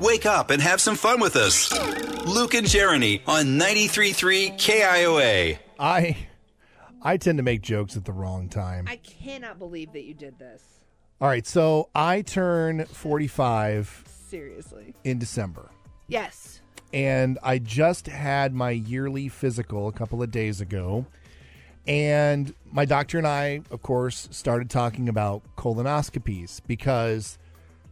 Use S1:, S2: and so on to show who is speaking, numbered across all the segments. S1: Wake up and have some fun with us. Luke and Jeremy on 93.3 KIOA.
S2: I I tend to make jokes at the wrong time.
S3: I cannot believe that you did this.
S2: All right, so I turn 45
S3: Seriously.
S2: in December.
S3: Yes.
S2: and I just had my yearly physical a couple of days ago. And my doctor and I, of course, started talking about colonoscopies because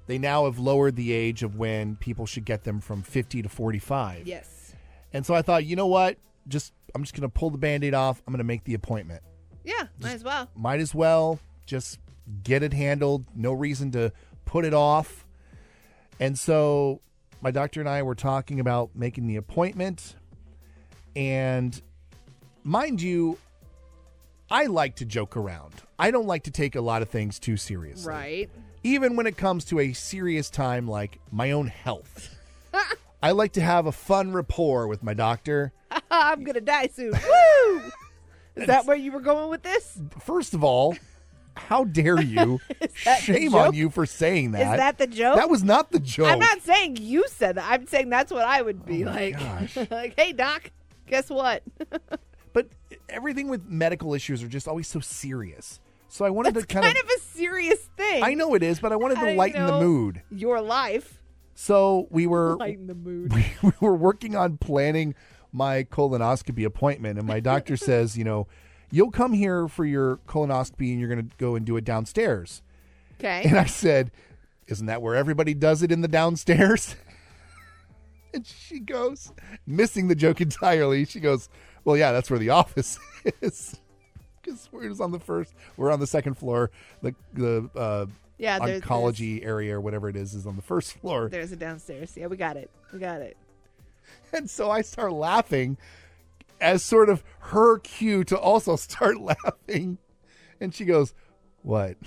S2: they now have lowered the age of when people should get them from 50 to 45.
S3: Yes.
S2: And so I thought, you know what? Just I'm just going to pull the band-aid off. I'm going to make the appointment.
S3: Yeah, might as well.
S2: Might as well just get it handled. No reason to put it off. And so my doctor and I were talking about making the appointment. And mind you, I like to joke around. I don't like to take a lot of things too seriously.
S3: Right.
S2: Even when it comes to a serious time like my own health. I like to have a fun rapport with my doctor.
S3: I'm going to die soon. Woo! Is that where you were going with this?
S2: First of all, how dare you?
S3: that the
S2: Shame on
S3: joke?
S2: you for saying that.
S3: Is that the joke?
S2: That was not the joke.
S3: I'm not saying you said that. I'm saying that's what I would be like.
S2: Oh gosh.
S3: like, hey, doc, guess what?
S2: but everything with medical issues are just always so serious. So I wanted
S3: That's
S2: to kind,
S3: kind of a serious thing.
S2: I know it is, but I wanted to
S3: I
S2: lighten the
S3: know
S2: mood.
S3: Your life.
S2: So we were
S3: Lighten the mood.
S2: we, we were working on planning my colonoscopy appointment and my doctor says, you know, you'll come here for your colonoscopy and you're going to go and do it downstairs.
S3: Okay.
S2: And I said, Isn't that where everybody does it in the downstairs? and she goes, missing the joke entirely. She goes, Well, yeah, that's where the office is. Because we're just on the first, we're on the second floor. The, the uh,
S3: Yeah, there's,
S2: oncology area or whatever it is is on the first floor.
S3: There's, there's a downstairs. Yeah, we got it. We got it.
S2: And so I start laughing as sort of her cue to also start laughing. And she goes, What?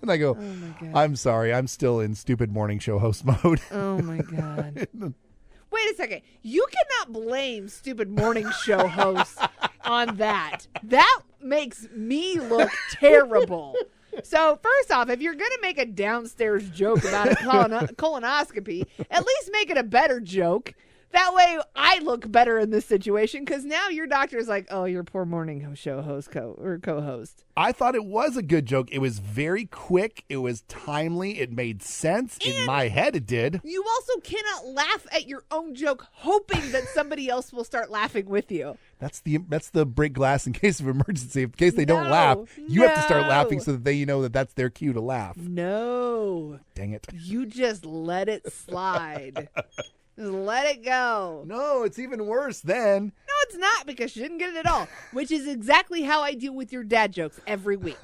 S2: And I go,
S3: Oh my
S2: I'm sorry, I'm still in stupid morning show host mode.
S3: Oh my god. Wait a second. You cannot blame stupid morning show hosts on that. That makes me look terrible. So first off, if you're gonna make a downstairs joke about a colon- colonoscopy, at least make it a better joke. That way, I look better in this situation because now your doctor is like, "Oh, your poor morning show host co or co-host."
S2: I thought it was a good joke. It was very quick. It was timely. It made sense. In my head, it did.
S3: You also cannot laugh at your own joke, hoping that somebody else will start laughing with you.
S2: That's the that's the break glass in case of emergency. In case they don't
S3: No,
S2: laugh, you have to start laughing
S3: no.
S2: so that they know that that's their cue to laugh.
S3: No,
S2: Dang it!
S3: you just let it slide. just let it go. No,
S2: No, it's even worse then.
S3: it's not because you didn't get it at all, which is exactly how I deal with your dad jokes every week.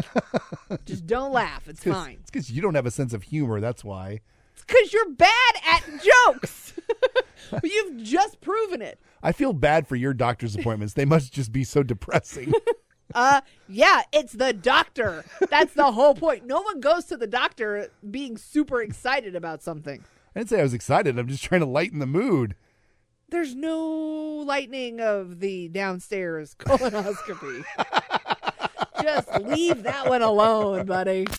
S3: just don't laugh. It's
S2: 'Cause-
S3: fine.
S2: It's because you don't have a sense of humor. That's why.
S3: It's because you're bad at jokes. You've just proven it.
S2: I feel bad for your doctor's appointments. They must just be so depressing.
S3: Uh, yeah, it's the doctor. That's the whole point. No one goes to the doctor being super excited about something.
S2: I didn't say I was excited. I'm just trying to lighten the mood.
S3: there's no lightning of the downstairs colonoscopy. Just leave that one alone, buddy.